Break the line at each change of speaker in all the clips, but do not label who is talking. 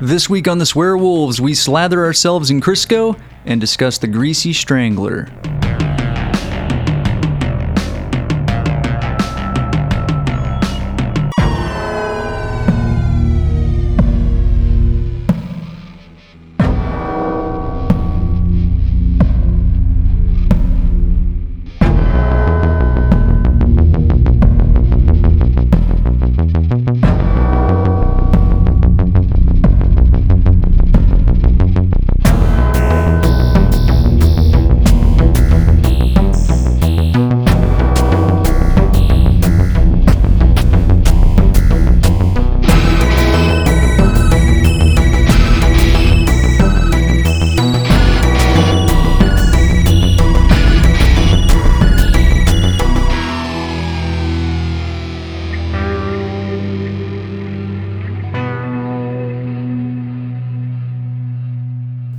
This week on The Swear Wolves, we slather ourselves in Crisco and discuss the Greasy Strangler.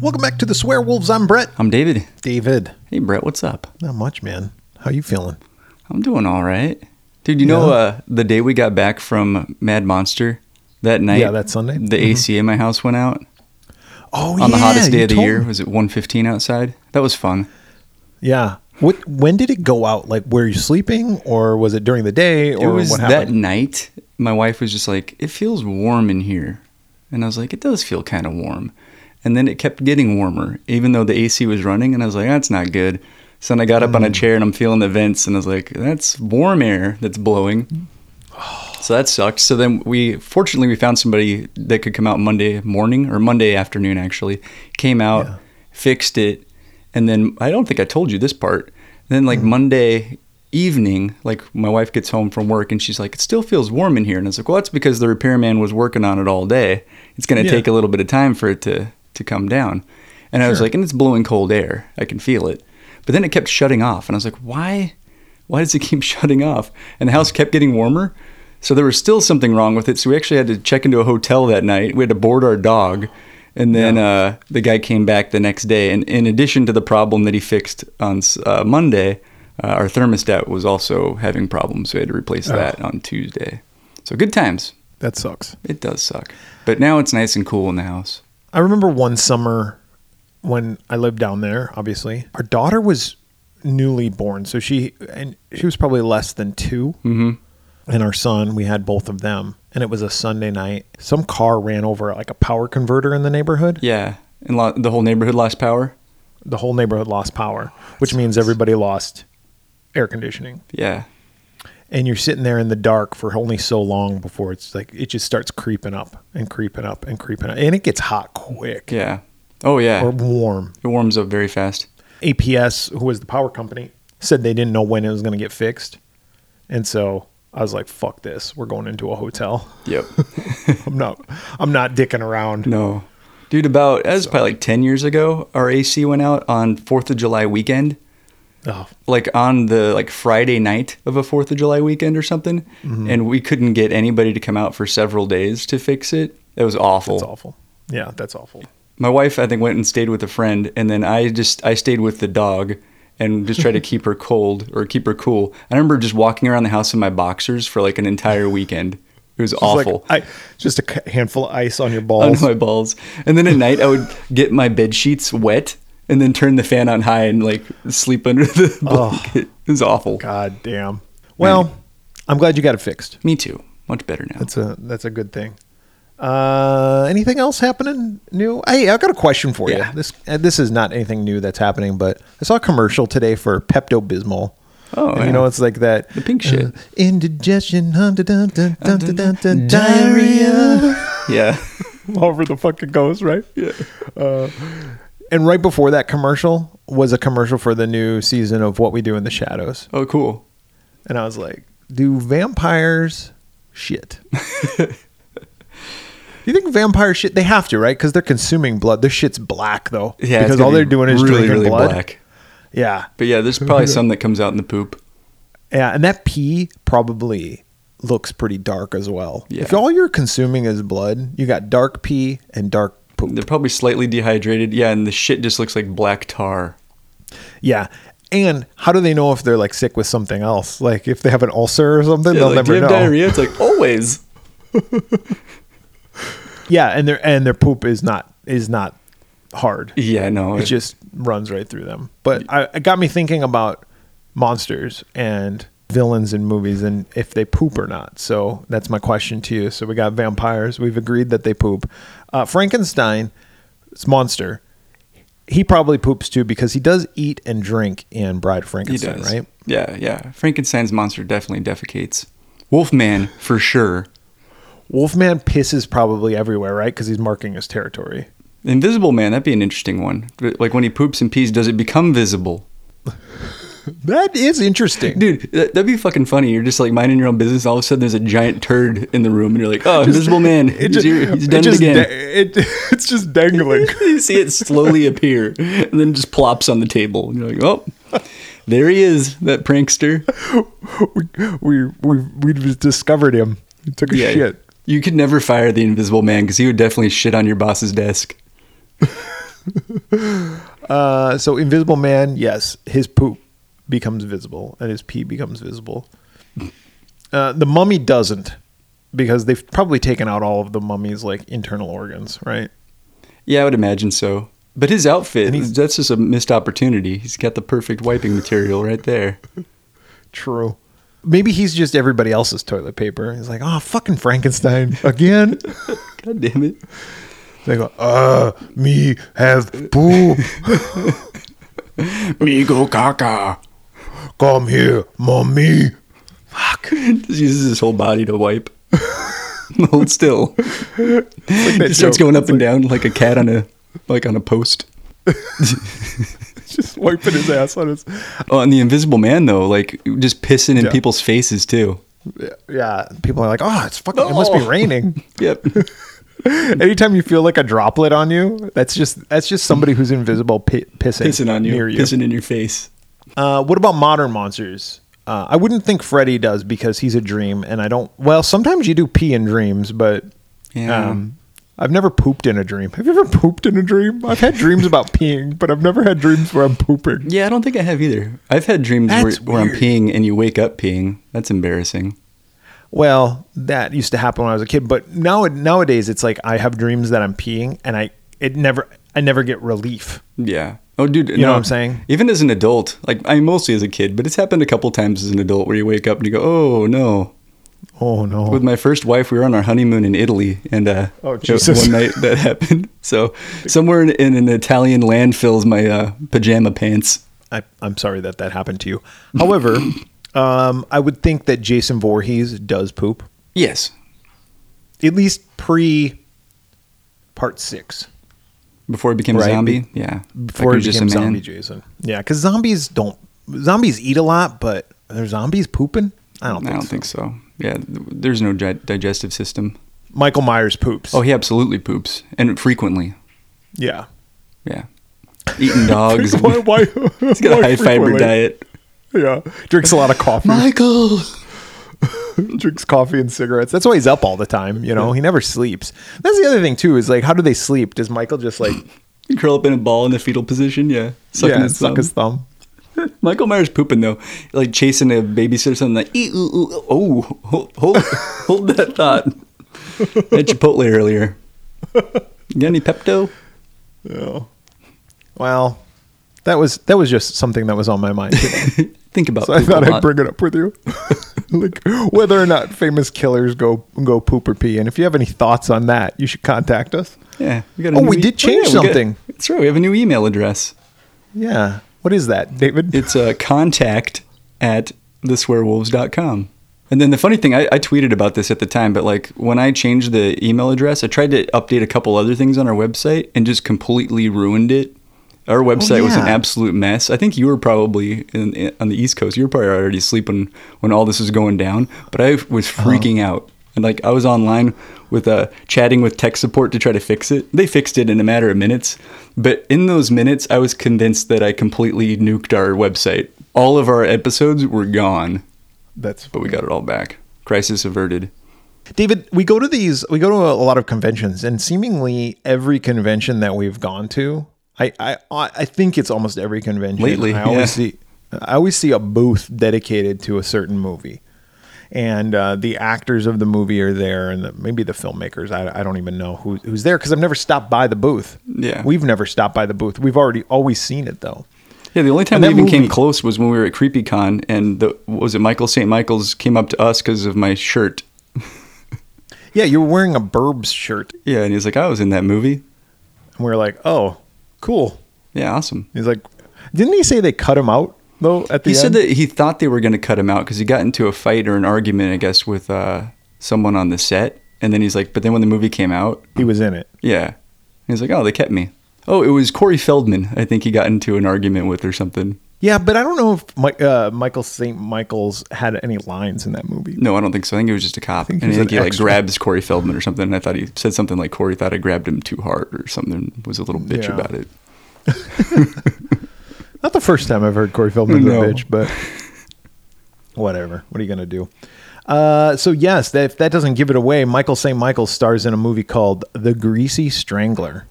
Welcome back to the Swear Wolves. I'm Brett.
I'm David.
David,
Hey, Brett, what's up?
not much, man. How you feeling?
I'm doing all right. Dude, you know uh, the day we got back from Mad Monster that Mm-hmm. night?
Yeah, that Sunday.
The AC in my house went out
Oh,
on the
yeah,
hottest day
you
of the
told
year.
me.
Was it 115 outside? That was fun.
Yeah. What? When did it go out? Like, were you sleeping, or was it during the day,
It
or
was
what
that
happened?
night. My wife was just like, "It feels warm in here," and I was like, "It does feel kind of warm." And then it kept getting warmer, even though the AC was running, and I was like, "That's not good." So then I got up
Mm.
on a chair and I'm feeling the vents, and I was like, "That's warm air that's blowing." So that sucked. So then we, fortunately, we found somebody that could come out Monday morning or Monday afternoon. Actually, came out,
Yeah.
fixed it, and then I don't think I told you this part. Then like
Mm-hmm.
Monday evening, like my wife gets home from work and she's like, "It still feels warm in here," and I was like, "Well, that's because the repairman was working on it all day. It's going to
Yeah.
take a little bit of time for it to to come down." And I was
Sure.
like, "And it's blowing cold air. I can feel it." But then it kept shutting off, and I was like, "Why? Why does it keep shutting off?" And the house kept getting warmer. So there was still something wrong with it. So we actually had to check into a hotel that night. We had to board our dog. And then uh, the guy came back the next day. And in addition to the problem that he fixed on s- uh, Monday, uh, our thermostat was also having problems. So we had to replace that on Tuesday. So good times.
That sucks.
It does suck. But now it's nice and cool in the house.
I remember one summer when I lived down there, obviously. Our daughter was newly born, so she and she was probably less than 2 Mm-hmm. And our son, we had both of them, and it was a Sunday night. Some car ran over like a power converter in the neighborhood.
Yeah. And lo- the whole neighborhood lost power.
The whole neighborhood lost power, which means everybody lost air conditioning.
Yeah.
And you're sitting there in the dark for only so long before it's like it just starts creeping up and creeping up and creeping up, and it gets hot quick
Yeah. Oh, yeah.
or warm.
it warms up very fast.
APS, who was the power company, said they didn't know when it was going to get fixed. And so I was like, fuck this. We're going into a hotel.
Yep.
I'm not I'm not dicking around.
No. Dude, about, that was probably like 10 years ago, our AC went out on 4th of July weekend,
Oh,
like on the like Friday night of a 4th of July weekend or something. And we couldn't get anybody to come out for several days to fix it. It was awful.
that's awful. Yeah, that's awful.
My wife, I think, went and stayed with a friend. And then I just, I stayed with the dog and just tried to keep her cold or keep her cool. I remember just walking around the house in my boxers for like an entire weekend. It was
It's like
awful.
I- just a c- handful of ice on your
on
balls.
my balls. And then at night, I would get my bed sheets wet and then turn the fan on high and like sleep under the blanket. It was awful.
God damn. Well, I'm glad you got it fixed.
Me too. Much better now.
That's a that's a good thing. Uh, anything else happening new? Hey, I got a question for
Yeah.
you. This uh, this is not anything new that's happening, but I saw a commercial today for Pepto Bismol.
Oh,
and
yeah.
you know it's like that
The pink shit.
uh, indigestion, dun, dun, dun, dun, dun, dun, dun, dun, diarrhea.
yeah.
Over the fucking goes, right? Uh,
yeah.
And right before that commercial was a commercial for the new season of What We Do in the Shadows,
Oh, cool.
and I was like, do vampires shit? You think vampire shit? They have to, right? Because they're consuming blood. Their shit's black though.
Yeah. it's
Because
gonna
all
be
they're doing is drinking blood.
black.
Yeah,
But yeah, there's probably some that comes out in the poop.
yeah, and that pee probably looks pretty dark as well.
Yeah.
If all you're consuming is blood, you got dark pee and dark poop.
They're probably slightly dehydrated. Yeah, and the shit just looks like black tar.
Yeah. And how do they know if they're like sick with something else? Like if they have an ulcer or something,
Yeah,
they'll
like,
never
do you have
know.
diarrhea? It's like always.
Yeah, and their and their poop is not is not hard.
Yeah, no.
It just runs right through them. But I, it got me thinking about monsters and villains in movies and if they poop or not. So that's my question to you. So we got vampires. We've agreed that they poop. Uh, Frankenstein, it's monster. He probably poops too because he does eat and drink in Bride of
he
Frankenstein,
does.
right?
Yeah, yeah. Frankenstein's monster definitely defecates. Wolfman for sure.
Wolfman pisses probably everywhere, right? Because he's marking his territory.
Invisible Man, that'd be an interesting one. Like when he poops and pees, does it become visible?
That is interesting.
Dude, that- that'd be fucking funny. You're just like minding your own business. All of a sudden, there's a giant turd in the room, and you're like, "Oh, Invisible Man, he's, here. he's
it
done it,
just
again."
da- it- it's just dangling.
you see it slowly appear, and then just plops on the table. And you're like, "Oh, there he is, that prankster."
we, we we we just discovered him. He took a shit.
you could never fire the Invisible Man because he would definitely shit on your boss's desk.
Uh, so Invisible Man, yes, his poop becomes visible and his pee becomes visible. Uh, the mummy doesn't because they've probably taken out all of the mummy's like internal organs, right?
Yeah, I would imagine so. But his
he's-
outfit—that's just a missed opportunity. He's got the perfect wiping material right there.
True. Maybe he's just everybody else's toilet paper. He's like, oh, fucking Frankenstein again.
God damn it.
they go, uh, me have poop.
Migo caca.
Come here, mummy.
Fuck. Just uses his whole body to wipe. Hold still. Just starts
joke.
going up and down like a cat on a like on a post.
Just wiping his ass on his.
Oh, and the Invisible Man though, like just pissing in
Yeah.
people's faces too.
Yeah, people are like, oh, it's fucking. It must be
Oh.
raining.
Yep.
Anytime you feel like a droplet on you, that's just that's just somebody who's invisible pi- pissing,
pissing on you,
near you.
pissing in your face.
Uh, what about modern monsters? Uh, I wouldn't think Freddy does because he's a dream, and I don't. Well, sometimes you do pee in dreams, but
Yeah.
um, I've never pooped in a dream. Have you ever pooped in a dream? I've had dreams about peeing, but I've never had dreams where I'm pooping.
Yeah, I don't think I have either. I've had dreams where,
That's
where I'm
weird.
peeing and you wake up peeing. That's embarrassing.
Well, that used to happen when I was a kid, but now nowadays it's like I have dreams that I'm peeing, and I it never I never get relief.
Yeah. Oh, dude. You
know what I'm saying?
Even as an adult, like I mean, mostly as a kid, but it's happened a couple times as an adult where you wake up and you go, "Oh no,
Oh no!
with my first wife, we were on our honeymoon in Italy, and uh,
Oh,
uh,
Jesus.
one night that happened. So somewhere in, in an Italian landfill is my uh, pajama pants.
I, I'm sorry that that happened to you. However, um, I would think that Jason Voorhees does poop,
Yes,
at least pre part six,
before he became
Right,
a zombie. Yeah,
before
Like
he became zombie Jason. Yeah, because zombies don't zombies eat a lot, but are zombies pooping? I don't
I
think
don't
so.
think so. Yeah, th- there's no gi- digestive system.
Michael Myers poops.
Oh, he absolutely poops and frequently.
yeah.
Yeah, eating dogs.
why?
He's
why
got a
why
high fiber
frequently?
diet.
Yeah, drinks a lot of coffee.
Michael.
drinks coffee and cigarettes. That's why he's up all the time. You know, he never sleeps. That's the other thing too. Is like, how do they sleep? Does Michael just like
Curl up in a ball in the fetal position. Yeah, sucking
yeah,
his thumb.
suck his thumb?
Michael Myers pooping though, like chasing a babysitter or something like, ee, ooh, ooh, oh, hold, hold, hold that thought. At Chipotle earlier. You got any Pepto?
Yeah. Well, that was that was just something that was on my mind. Today.
Think about
So I
poop a
thought I'd
lot.
bring it up with you, like whether or not famous killers go go poop or pee. And if you have any thoughts on that, you should contact us.
Yeah, we got
Oh, we did change
we got-
something.
that's right. We have a new email address.
Yeah. What is that, David?
It's uh, contact at theswearwolves.com. And then the funny thing, I, I tweeted about this at the time, but like when I changed the email address, I tried to update a couple other things on our website and just completely ruined it. Our website was an
Oh, yeah.
absolute mess. I think you were probably in, in- on the East Coast. You were probably already sleeping when all this was going down, but I was
Uh-huh.
freaking out. And like I was online with uh, chatting with tech support to try to fix it. They fixed it in a matter of minutes, but in those minutes, I was convinced that I completely nuked our website. All of our episodes were gone
That's
but we got it all back. Crisis averted.
David, we go to these, we go to a lot of conventions, and seemingly every convention that we've gone to, I I, I think it's almost every convention.
Lately,
I always
yeah.
see, I always see a booth dedicated to a certain movie, and uh, the actors of the movie are there, and the, maybe the filmmakers. I, I don't even know who, who's there because I've never stopped by the booth.
Yeah.
we've never stopped by the booth. We've already always seen it though.
Yeah, the only time we
And that
even came
movie-
close was when we were at CreepyCon, and the what was it Michael St. Michael's came up to us because of my shirt.
Yeah, you were wearing a Burbs shirt,
Yeah, and he's like, I was in that movie.
and we are like, oh, cool.
Yeah, awesome.
He's like, didn't he say they cut him out though at the
He
end?
said that he thought they were going to cut him out because he got into a fight or an argument, I guess, with uh, someone on the set. And then he's like, but then when the movie came out,
he was in it.
yeah, he's like, oh, they kept me. Oh, it was Corey Feldman. I think he got into an argument with or something.
Yeah, but I don't know if Mi- uh, Michael St. Michael's had any lines in that movie.
No, I don't think so. I think it was just a cop.
think
and I
he's
think
an
he like
extra.
grabs Corey Feldman or something. And I thought he said something like Corey thought I grabbed him too hard or something. Was a little bitch
Yeah.
about it.
Not the first time I've heard Corey Feldman's
No.
a bitch, but whatever. What are you going to do? Uh, so, yes, that, if that doesn't give it away, Michael St. Michael stars in a movie called The Greasy Strangler.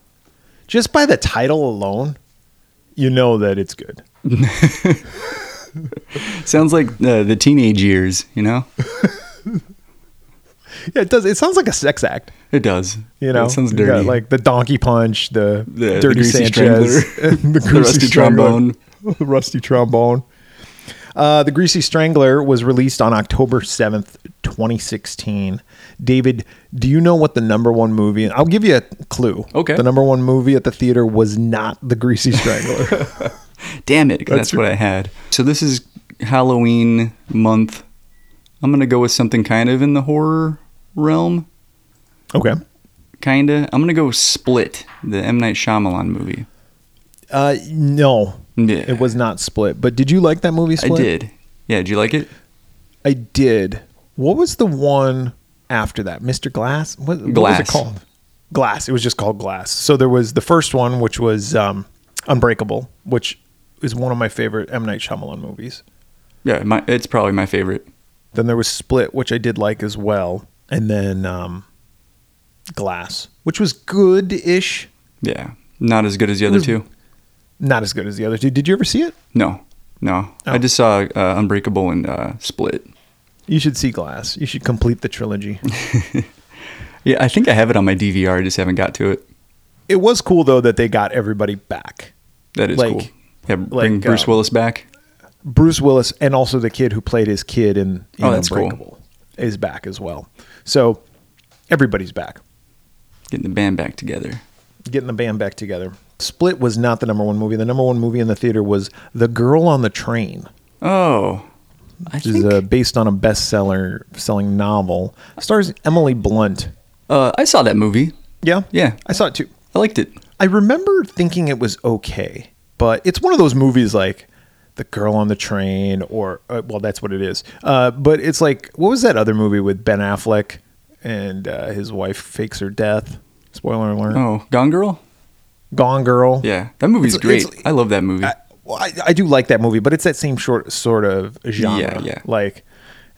Just by the title alone, you know that it's good.
Sounds like uh, the teenage years, you know?
Yeah, it does. It sounds like a sex act.
It does.
You know,
it sounds
You got,
dirty.
like the donkey punch, the,
The- the
dirty
greasy
Sanchez,
strangler.
and
The rusty
strangler.
trombone.
the rusty trombone. Uh, the Greasy Strangler was released on October seventh, twenty sixteen. David, do you know what the number one movie? I'll give you a clue.
Okay.
the number one movie at the theater was not The Greasy Strangler.
Damn it, 'cause that's, what I had. So this is Halloween month. I'm going to go with something kind of in the horror realm.
okay,
Kind of. I'm going to go with Split, the M. Night Shyamalan movie.
uh, no,
Yeah.
it was not Split. But did you like that movie?
I
Split?
did. Yeah, did you like it?
I did. What was the one after that? Mr. Glass? What, what was it
Glass.
called? Glass. It was just called Glass. So there was the first one, which was um, Unbreakable, which is one of my favorite M. Night Shyamalan movies.
Yeah, my, it's probably my favorite.
Then there was Split, which I did like as well. And then um, Glass, which was good ish.
Yeah. Not as good as the other
was-
two.
Not as good as the other two. Did you ever see it?
No. No.
Oh.
I just saw uh, Unbreakable and uh, Split.
You should see Glass. You should complete the trilogy.
Yeah, I think I have it on my DVR. I just haven't got to it.
it was cool, though, that they got everybody back.
That is
Like-
cool. Yeah, bring
like,
Bruce
uh,
Willis back.
Bruce Willis and also the kid who played his kid in, in
Oh, that's cool.
Unbreakable is back as well. So everybody's back,
Getting the band back together.
getting the band back together. Split was not the number one movie. The number one movie in the theater was The Girl on the Train,
Oh, I
which is
think
uh, based on a bestseller selling novel. Stars Emily Blunt.
uh, I saw that movie.
Yeah,
Yeah.
I saw it too.
I liked it.
I remember thinking it was okay, but it's one of those movies like The Girl on the Train, or uh, well, that's what it is. Uh, but it's like, what was that other movie with Ben Affleck and uh, his wife fakes her death? Spoiler alert!
Oh, Gone Girl.
Gone Girl.
Yeah, that movie's
It's-
great.
it's-
I love that movie.
I, well, I, I do like that movie, but it's that same short sort of genre.
Yeah, yeah.
Like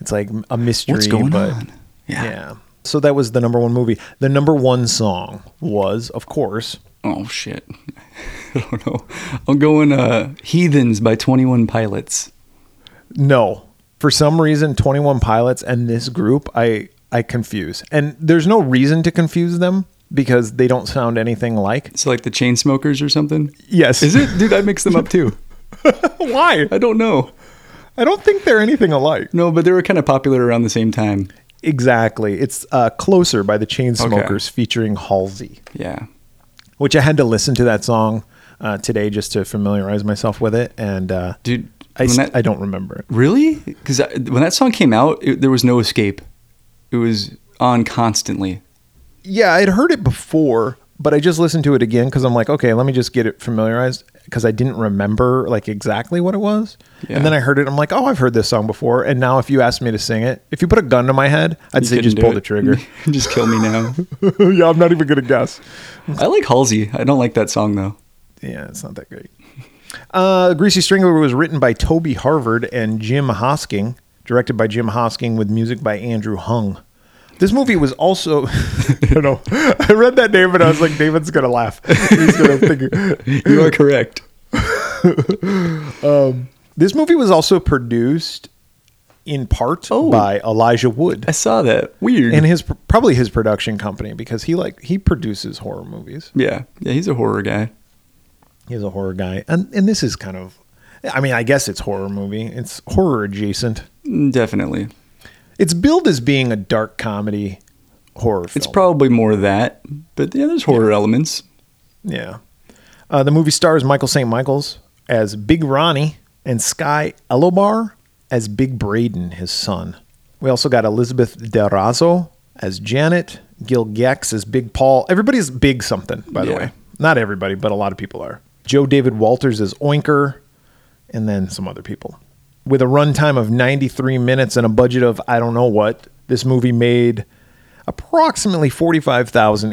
it's like a mystery.
What's going
but,
on? Yeah.
Yeah. So that was the number one movie. The number one song was, of course,
oh shit. I don't know. I'm going uh, Heathens by Twenty One Pilots.
No. For some reason, 21 Pilots and this group, I I confuse. And there's no reason to confuse them because they don't sound anything like.
So like the chain smokers or something.
Yes.
Is it, dude? I mix them up too.
Why?
I don't know.
I don't think they're anything alike.
No, but they were kind of popular around the same time.
Exactly. It's uh, Closer by the Chainsmokers featuring Halsey,
Yeah.
which I had to listen to that song uh, today just to familiarize myself with it. And uh,
Dude,
I,
when
st-
that-
I don't remember it.
Really? Because when that song came out, it, there was no escape. It was on constantly.
Yeah, I'd heard it before, but I just listened to it again because I'm like, okay, let me just get it familiarized because I didn't remember like exactly what it was.
Yeah.
And then I heard it. I'm like, oh, I've heard this song before. And now, if you asked me to sing it, if you put a gun to my head, I'd
You
say
couldn't
just
do
pull
it.
the trigger.
Just kill me now.
yeah, I'm not even gonna guess.
I like Halsey. I don't like that song though.
Yeah, it's not that great. Uh, Greasy Strangler was written by Toby Harvard and Jim Hosking, directed by Jim Hosking with music by Andrew Hung. This movie was also, I don't know, I read that name and I was like, David's going to laugh. He's going to think.
You are correct.
This movie was also produced in part
Oh.
by Elijah Wood
I saw that. Weird.
and his probably his production company because he like he produces horror movies.
yeah. Yeah, he's a horror guy.
He's a horror guy, and and this is kind of, I mean, I guess it's horror movie. It's horror adjacent.
Mm, Definitely.
It's billed as being a dark comedy horror film.
It's probably more that, but yeah, there's horror elements.
Yeah. Uh, the movie stars Michael St. Michaels as Big Ronnie and Sky Elobar as Big Braden, his son. We also got Elizabeth Derazo as Janet, Gil Gex as Big Paul. Everybody's big something, by the
Yeah.
way. Not everybody, but a lot of people are. Joe David Walters as Oinker, and then some other people. With a runtime of 93 minutes and a budget of I don't know what, this movie made approximately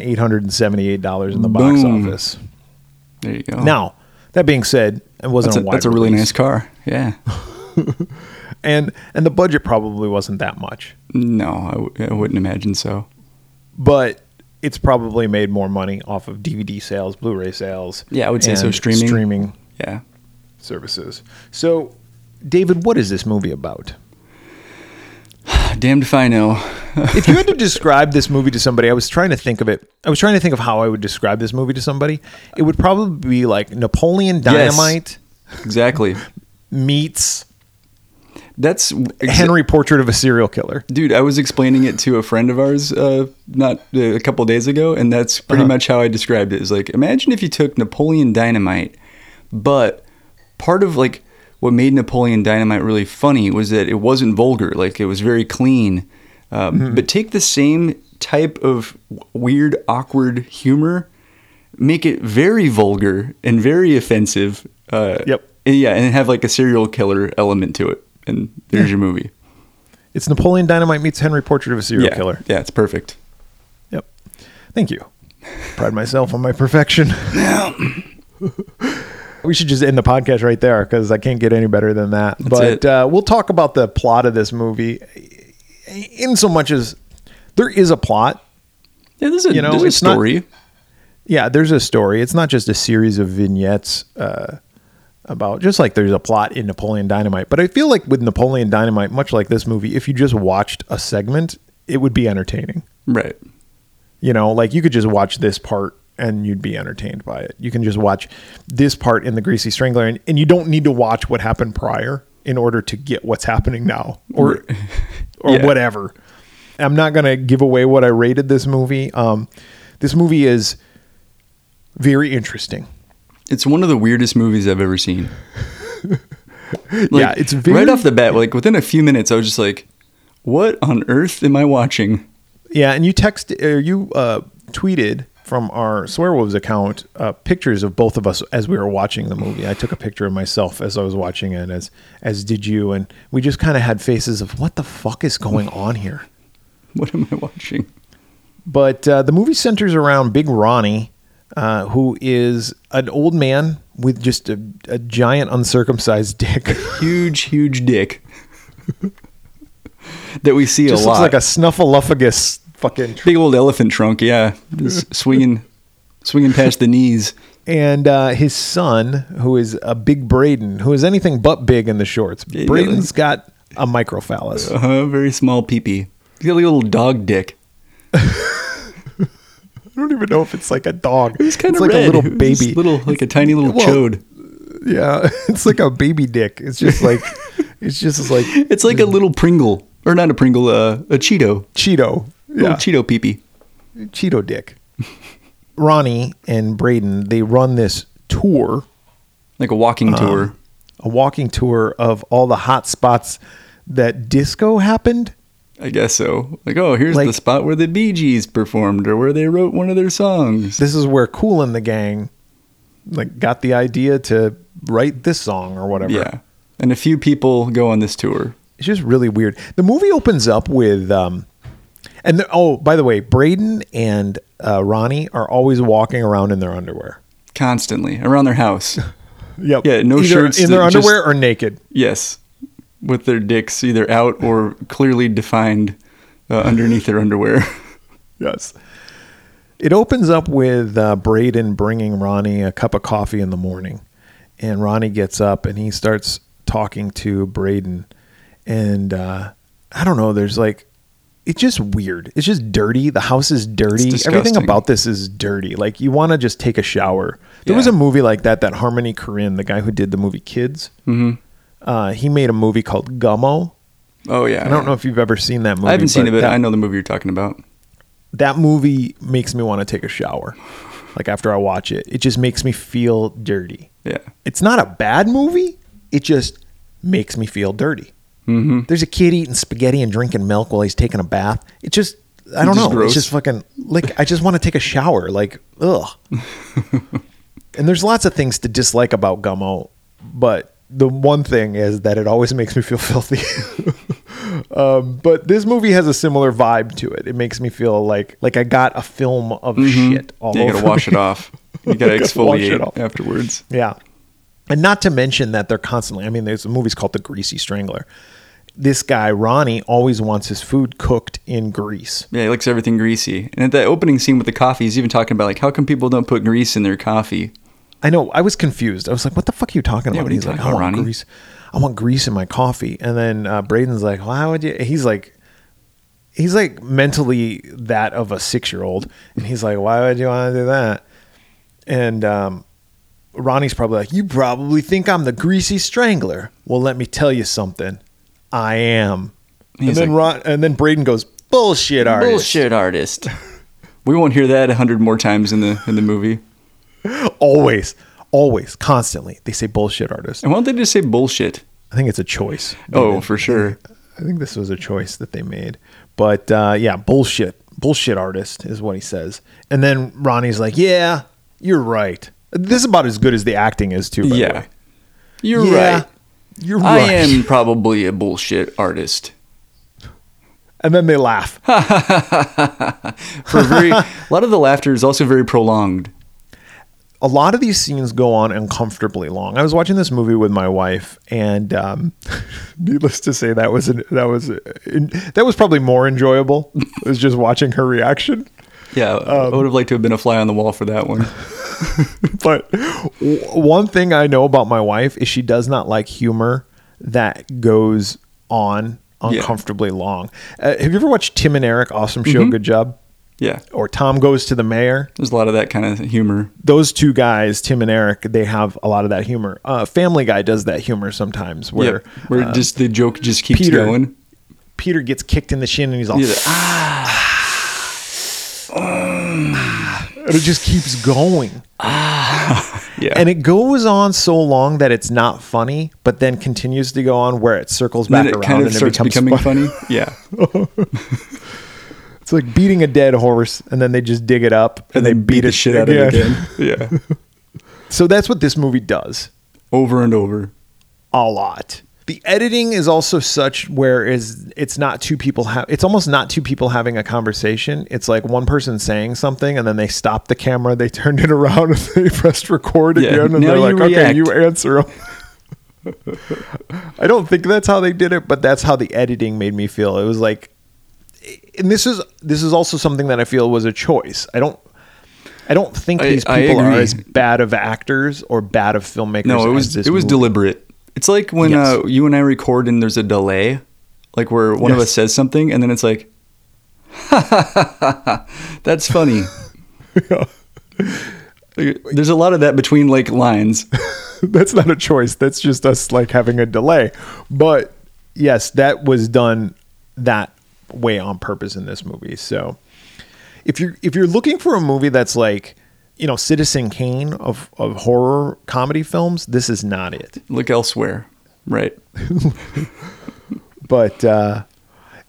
$45,878 in the box
Boom.
office.
There you go.
Now, that being said, it wasn't
that's a,
a wide
that's a really
release.
nice car. Yeah.
and and the budget probably wasn't that much,
No, I, w- I wouldn't imagine so.
but it's probably made more money off of DVD sales, Blu-ray sales.
Yeah, I would say so,
and
streaming.
streaming
Yeah.
services. So, David, what is this movie about?
Damned if I know.
if you had to describe this movie to somebody, I was trying to think of it. I was trying to think of how I would describe this movie to somebody. It would probably be like Napoleon
Yes.
Dynamite
exactly.
meets
That's
Henry Portrait of a Serial Killer.
Dude, I was explaining it to a friend of ours uh, not uh, a couple days ago, and that's pretty
Uh-huh.
much how I described it. It's like imagine if you took Napoleon Dynamite, but part of like what made Napoleon Dynamite really funny was that it wasn't vulgar, like it was very clean. Uh,
Mm-hmm.
But take the same type of w- weird, awkward humor, make it very vulgar and very offensive. Uh,
Yep.
and yeah, and have like a serial killer element to it, and there's your movie.
It's Napoleon Dynamite meets Henry Portrait of a Serial
yeah,
Killer.
yeah, it's perfect.
Yep. Thank you. Pride myself on my perfection. we should just end the podcast right there because I can't get any better than that. but
it.
uh, we'll talk about the plot of this movie in so much as there is a plot.
Yeah, there's a,
You know,
there's a
it's not-
story.
Yeah, there's a story. It's not just a series of vignettes uh, about just like there's a plot in Napoleon Dynamite. But I feel like with Napoleon Dynamite, much like this movie, if you just watched a segment, it would be entertaining.
right.
You know, like you could just watch this part and you'd be entertained by it. You can just watch this part in The Greasy Strangler and, and you don't need to watch what happened prior in order to get what's happening now or or
Yeah.
whatever. I'm not going to give away what I rated this movie. Um, this movie is very interesting.
It's one of the weirdest movies I've ever seen. Like,
Yeah, it's very-
right off the bat. Like within a few minutes, I was just like, "What on earth am I watching?"
Yeah, and you text or you uh, tweeted from our Swearwolves account uh, pictures of both of us as we were watching the movie. I took a picture of myself as I was watching it, as as did you, and we just kind of had faces of what the fuck is going on here.
What am I watching?
But uh, the movie centers around Big Ronnie, uh, who is an old man with just a, a giant uncircumcised dick.
Huge, huge dick that we see
just
a
looks
lot.
like a snuffleupagus fucking
big old elephant trunk. Yeah, just swinging, swinging past the knees.
and uh, his son, who is a big Braden, who is anything but big in the shorts.
Yeah.
Braden's got a microphallus.
Uh, very small peepee. He's got like a little dog dick.
I don't even know if it's like a dog.
He's kind
it's
of
like
red.
a little
It was just
baby.
little like a tiny little
Well,
chode.
Yeah, it's like a baby dick. It's just like it's just like
It's like a little Pringle, or not a Pringle, uh, a Cheeto,
Cheeto.
little
Yeah,
Cheeto peepee.
Cheeto dick. Ronnie and Braden they run this tour, um,
like a walking
Uh-huh.
tour.
a walking tour of all the hot spots that disco happened.
I guess so. Like, oh, here's
Like-
the spot where the Bee Gees performed, or where they wrote one of their songs.
this is where Cool and the gang like got the idea to write this song or whatever.
Yeah, and a few people go on this tour.
It's just really weird. The movie opens up with um and the, oh, by the way, Braden and uh, Ronnie are always walking around in their underwear.
Constantly around their house,
Yep.
Yeah, no
Either
shirts,
in their
just-
underwear or naked.
yes, with their dicks either out or clearly defined uh, underneath their underwear.
Yes. It opens up with uh, Braden bringing Ronnie a cup of coffee in the morning. And Ronnie gets up and he starts talking to Braden. and uh, I don't know. There's like, it's just weird. It's just dirty. The house is dirty.
It's
Everything
disgusting.
about this is dirty. Like you want to just take a shower. There
Yeah.
was a movie like that that Harmony Korine, the guy who did the movie Kids, mm-hmm. uh, he made a movie called Gummo.
Oh yeah.
I don't know if you've ever seen that movie.
I haven't seen it, but
that,
I know the movie you're talking about.
that movie makes me want to take a shower. Like after I watch it, it just makes me feel dirty.
Yeah.
It's not a bad movie. It just makes me feel dirty. Mm-hmm. There's a kid eating spaghetti and drinking milk while he's taking a bath. It just, I don't
It's just
know.
gross.
It's just fucking like I just want to take a shower. Like ugh. and there's lots of things to dislike about Gummo, but the one thing is that it always makes me feel filthy. um, but this movie has a similar vibe to it. It makes me feel like like I got a film of shit all
Mm-hmm. Yeah, you
over
gotta wash
me.
it off. You gotta
Gotta wash it
exfoliate
off.
afterwards.
Yeah. And not to mention that they're constantly, I mean, there's a movie's called The Greasy Strangler. This guy, Ronnie, always wants his food cooked in grease.
Yeah, he likes everything greasy. And at that opening scene with the coffee, he's even talking about like how come people don't put grease in their coffee?
I know, I was confused. I was like, what the fuck are you talking about?
what are you
he's like,
talking
I
about,
want
Ronnie?"
grease. I want grease in my coffee. And then uh, Braden's like, why would you? He's like, he's like mentally that of a six year old. And he's like, why would you want to do that? And um, Ronnie's probably like, You probably think I'm the greasy strangler. Well, let me tell you something. I am. And
He's
then, Ron, and then Braden goes, Bullshit artist.
Bullshit artist. we won't hear that a hundred more times in the in the movie.
Always, always, constantly. They say bullshit artist.
And why don't they just say bullshit?
I think it's a choice.
Oh, for sure.
I think this was a choice that they made. But uh, yeah, bullshit. Bullshit artist is what he says. And then Ronnie's like, Yeah, you're right. This is about as good as the acting is, too, by the
Yeah.
way.
You're
Yeah,
right.
You're
I
right.
am probably a bullshit artist.
And then they laugh.
For very a lot of the laughter is also very prolonged.
a lot of these scenes go on uncomfortably long. I was watching this movie with my wife, and um, needless to say, that was an, that was uh, in, that was probably more enjoyable. was just watching her reaction.
Yeah, I
Um,
would have liked to have been a fly on the wall for that one.
But w- one thing I know about my wife is she does not like humor that goes on
Yeah.
uncomfortably long. Uh, have you ever watched Tim and Eric? Awesome show,
Mm-hmm.
good job.
Yeah,
Or Tom goes to the mayor.
there's a lot of that kind of humor.
those two guys, Tim and Eric, they have a lot of that humor. Uh, Family Guy does that humor sometimes,
Yeah,
where
where just the joke just keeps
Uh, Peter-
going.
Peter gets kicked in the shin and he's all,
Yeah, the- ah,
and it just keeps going,
yeah.
and it goes on so long that it's not funny, but then continues to go on where it circles back
then it
around
kind of
and it
starts
becomes
becoming
fun.
funny. Yeah,
It's like beating a dead horse, and then they just dig it up and, they
then
beat,
the
it
shit out of it again. Yeah,
So that's what this movie does.
over and over.
a lot. The editing is also such where is it's not two people have it's almost not two people having a conversation. It's like one person saying something and then they stop the camera, they turned it around and they pressed record
Yeah,
again and
now
they're
you
like, "Okay,
react."
you answer 'em." I don't think that's how they did it, but that's how the editing made me feel. It was like and this is this is also something that I feel was a choice. I don't I don't think
I-
these
I
people are
agree.
as bad of actors or bad of filmmakers.
No, it
as
was
this
it was
movie.
deliberate. It's like when
Yes.
uh, you and I record and there's a delay, like where one of
Yes.
us says something and then it's like, that's funny. Like, There's a lot of that between like lines.
that's not a choice. That's just us like having a delay. But yes, that was done that way on purpose in this movie. So if you're if you're looking for a movie that's like you know Citizen Kane of of horror comedy films, this is not it.
Look elsewhere, right?
But uh,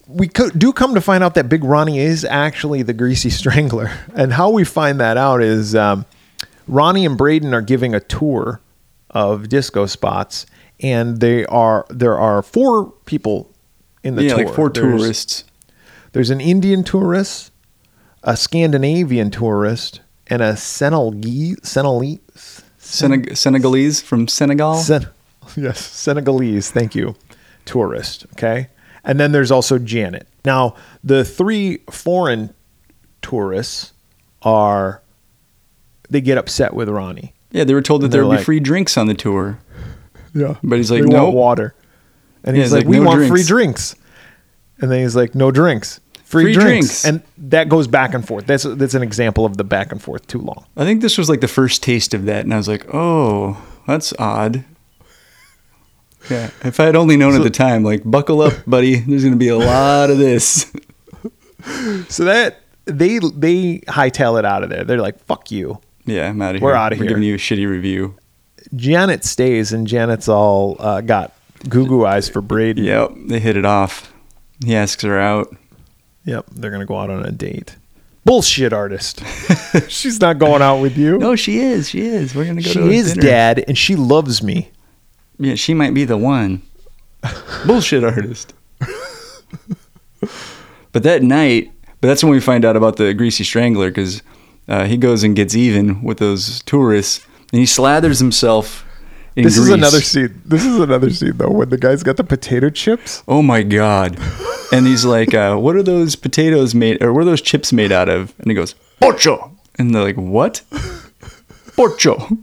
we co- do come to find out that Big Ronnie is actually the Greasy Strangler, and how we find that out is um, Ronnie and Braden are giving a tour of disco spots, and they are there are four people in the
yeah,
tour.
like four
There's-
tourists.
There's an Indian tourist, a Scandinavian tourist, and a Senegalese Senegalese
Seneg- Senegalese from Senegal.
Sen- yes, Senegalese. Thank you, tourist. Okay, and then there's also Janet. Now the three foreign tourists are they get upset with Ronnie.
yeah, they were told that
And
there
they're
would be
like-
free drinks on the tour.
Yeah,
But he's like,
they
"Nope."
want water. And
Yeah,
he's
it's
like,
like,
"We
"No
want
drinks."
free drinks." And then he's like, "No drinks, free,
Free
drinks.
drinks.
And that goes back and forth. That's that's an example of the back and forth too long.
I think this was like the first taste of that, and I was like, oh, that's odd. Yeah, if I had only known at the time, like, buckle up, buddy. There's going to be a lot of this.
So that they they hightail it out of there. They're like, "Fuck you."
Yeah, I'm out of here.
We're outta
We're
here.
giving you a shitty review.
Janet stays, and Janet's all uh, got goo goo eyes for Braden.
Yep, they hit it off. He asks her out.
Yep, they're gonna go out on a date. Bullshit artist. She's not going out with you.
No, she is. She is. We're going to go to
she is
dinner.
dad, and she loves me.
Yeah, she might be the one. Bullshit artist. but that night, but that's when we find out about the greasy strangler because uh, he goes and gets even with those tourists, and he slathers himself in
This is
grease.
another scene. This is another scene though, when the guy's got the potato chips.
Oh my god! And he's like, uh, "What are those potatoes made? Or what are those chips made out of?" And he goes, "Pocho." And they're like, "What? Pocho?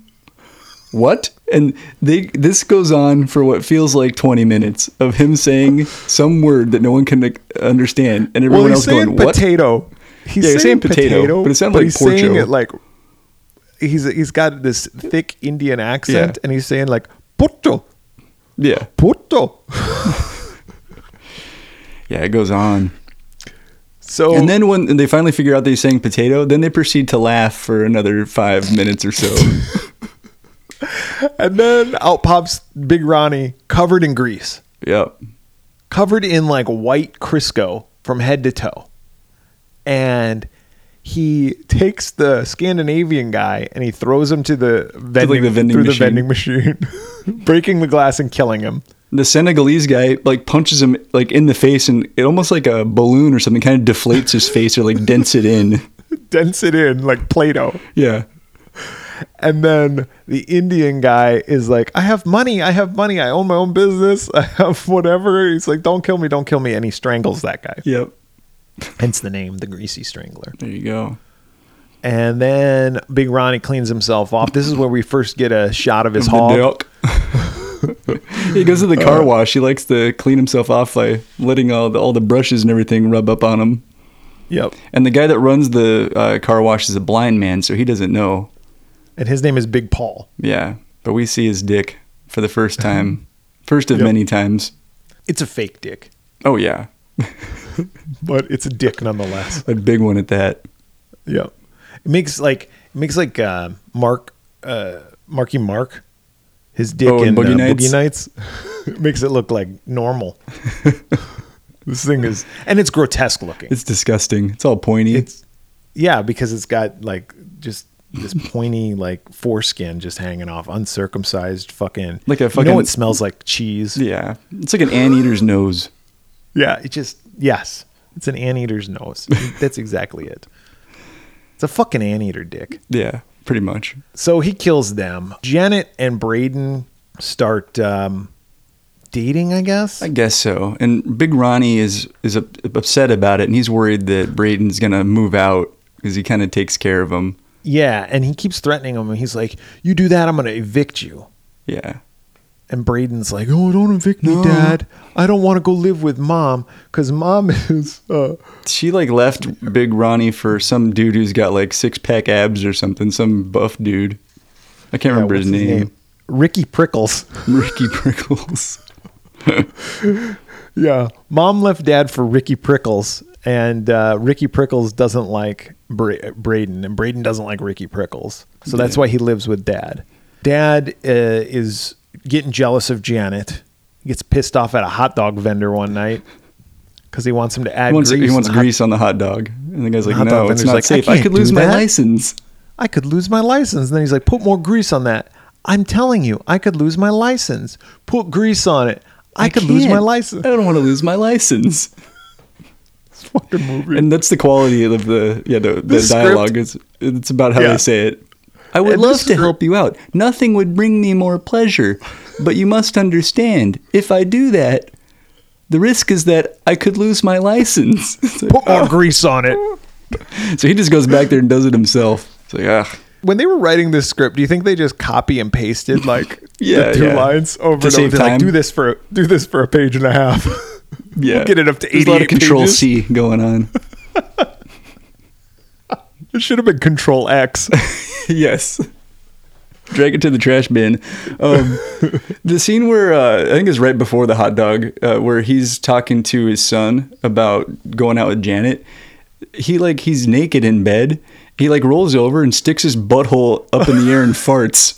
What?" And they this goes on for what feels like twenty minutes of him saying some word that no one can like, understand, and everyone
he's
else going, "What?"
potato. He's
Yeah, he's saying potato, but it sounded like
he's
porcho.
saying it like he's he's got this thick Indian accent,
Yeah.
and he's saying like potato,
Yeah,
potato.
yeah, it goes on.
So
And then when they finally figure out that he's saying potato, then they proceed to laugh for another five minutes or so.
and then out pops Big Ronnie covered in grease.
yep.
covered in like white Crisco from head to toe. And he takes the Scandinavian guy and he throws him to the vending,
the vending
through the
machine.
vending machine, breaking the glass and killing him.
the Senegalese guy like punches him like in the face and it almost like a balloon or something kind of deflates his face or like dents it in.
Dents it in like Play-Doh.
Yeah.
And then the Indian guy is like, I have money. I have money. I own my own business. I have whatever. He's like, don't kill me. Don't kill me. And he strangles that guy.
Yep.
Hence the name, the Greasy Strangler.
There you go.
And then Big Ronnie cleans himself off. This is where we first get a shot of his hog.
he goes to the car
Uh.
wash. He likes to clean himself off by letting all the all the brushes and everything rub up on him.
Yep.
And the guy that runs the uh, car wash is a blind man, so he doesn't know.
And his name is Big Paul.
Yeah. But we see his dick for the first time. First of
Yep.
many times.
It's a fake dick,
Oh yeah.
but it's a dick nonetheless.
A big one at that.
yep. It makes like it makes like uh, Mark uh, Marky Mark his dick
Oh, in
in
Boogie
uh,
Nights?
Boogie Nights It makes it look like normal. this thing is and it's grotesque looking.
It's disgusting. It's all pointy.
It's yeah, because it's got like just this pointy like foreskin just hanging off, uncircumcised fucking.
Like a
You know
fucking-
it smells like cheese.
yeah. It's like an anteater's nose.
Yeah, it just yes, it's an anteater's nose. That's exactly it. It's a fucking anteater dick.
Yeah, pretty much.
So he kills them. Janet and Braden start um, dating, I guess.
I guess so. And Big Ronnie is is up- upset about it, and he's worried that Braden's gonna move out because he kind of takes care of him.
yeah, and he keeps threatening him, and he's like, "You do that, I'm gonna evict you."
Yeah,
And Braden's like, "Oh, don't evict me,
No.
Dad. I don't want to go live with Mom because Mom is." Uh,
she like left Big Ronnie for some dude who's got like six pack abs or something. Some buff dude. I can't remember
what's
his name.
Ricky Prickles.
Ricky Prickles.
Yeah. Mom left dad for Ricky Prickles, and uh, Ricky Prickles doesn't like Bra- Braden, and Braden doesn't like Ricky Prickles. So that's why he lives with dad. Dad uh, is getting jealous of Janet. He gets pissed off at a hot dog vendor one night because he wants him to add
He wants, he
grease.
wants
in the hot-
grease on the hot dog, and the guy's like,
hot dog
"No, it's
vendor's
not
like, "I
safe. I,
can't
could
do
lose my
that."
license."
I could lose my license. And then he's like, put more grease on that. I'm telling you, I could lose my license. Put grease on it. I, could lose my
can't.
license.
I don't want to lose my license.
Fucking movie.
and that's the quality of the yeah the, the,
script-
dialogue is it's about how
Yeah.
they say it i would
And the
love to
script-
help you out nothing would bring me more pleasure but you must understand if i do that the risk is that i could lose my license It's like-
Put more grease on it.
so he just goes back there and does it himself it's like ah
when they were writing this script, do you think they just copy and pasted like
Yeah,
the two
yeah.
lines over
To
and
save
over? They're
time.
Like do this for do this for a page and a half.
Yeah.
get it up to
There's a lot of
88
control
pages.
C going on.
it should have been Control X.
yes. Drag it to the trash bin. Um, the scene where uh, I think it's right before the hot dog, uh, where he's talking to his son about going out with Janet. He like he's naked in bed. He like rolls over and sticks his butthole up in the air and farts.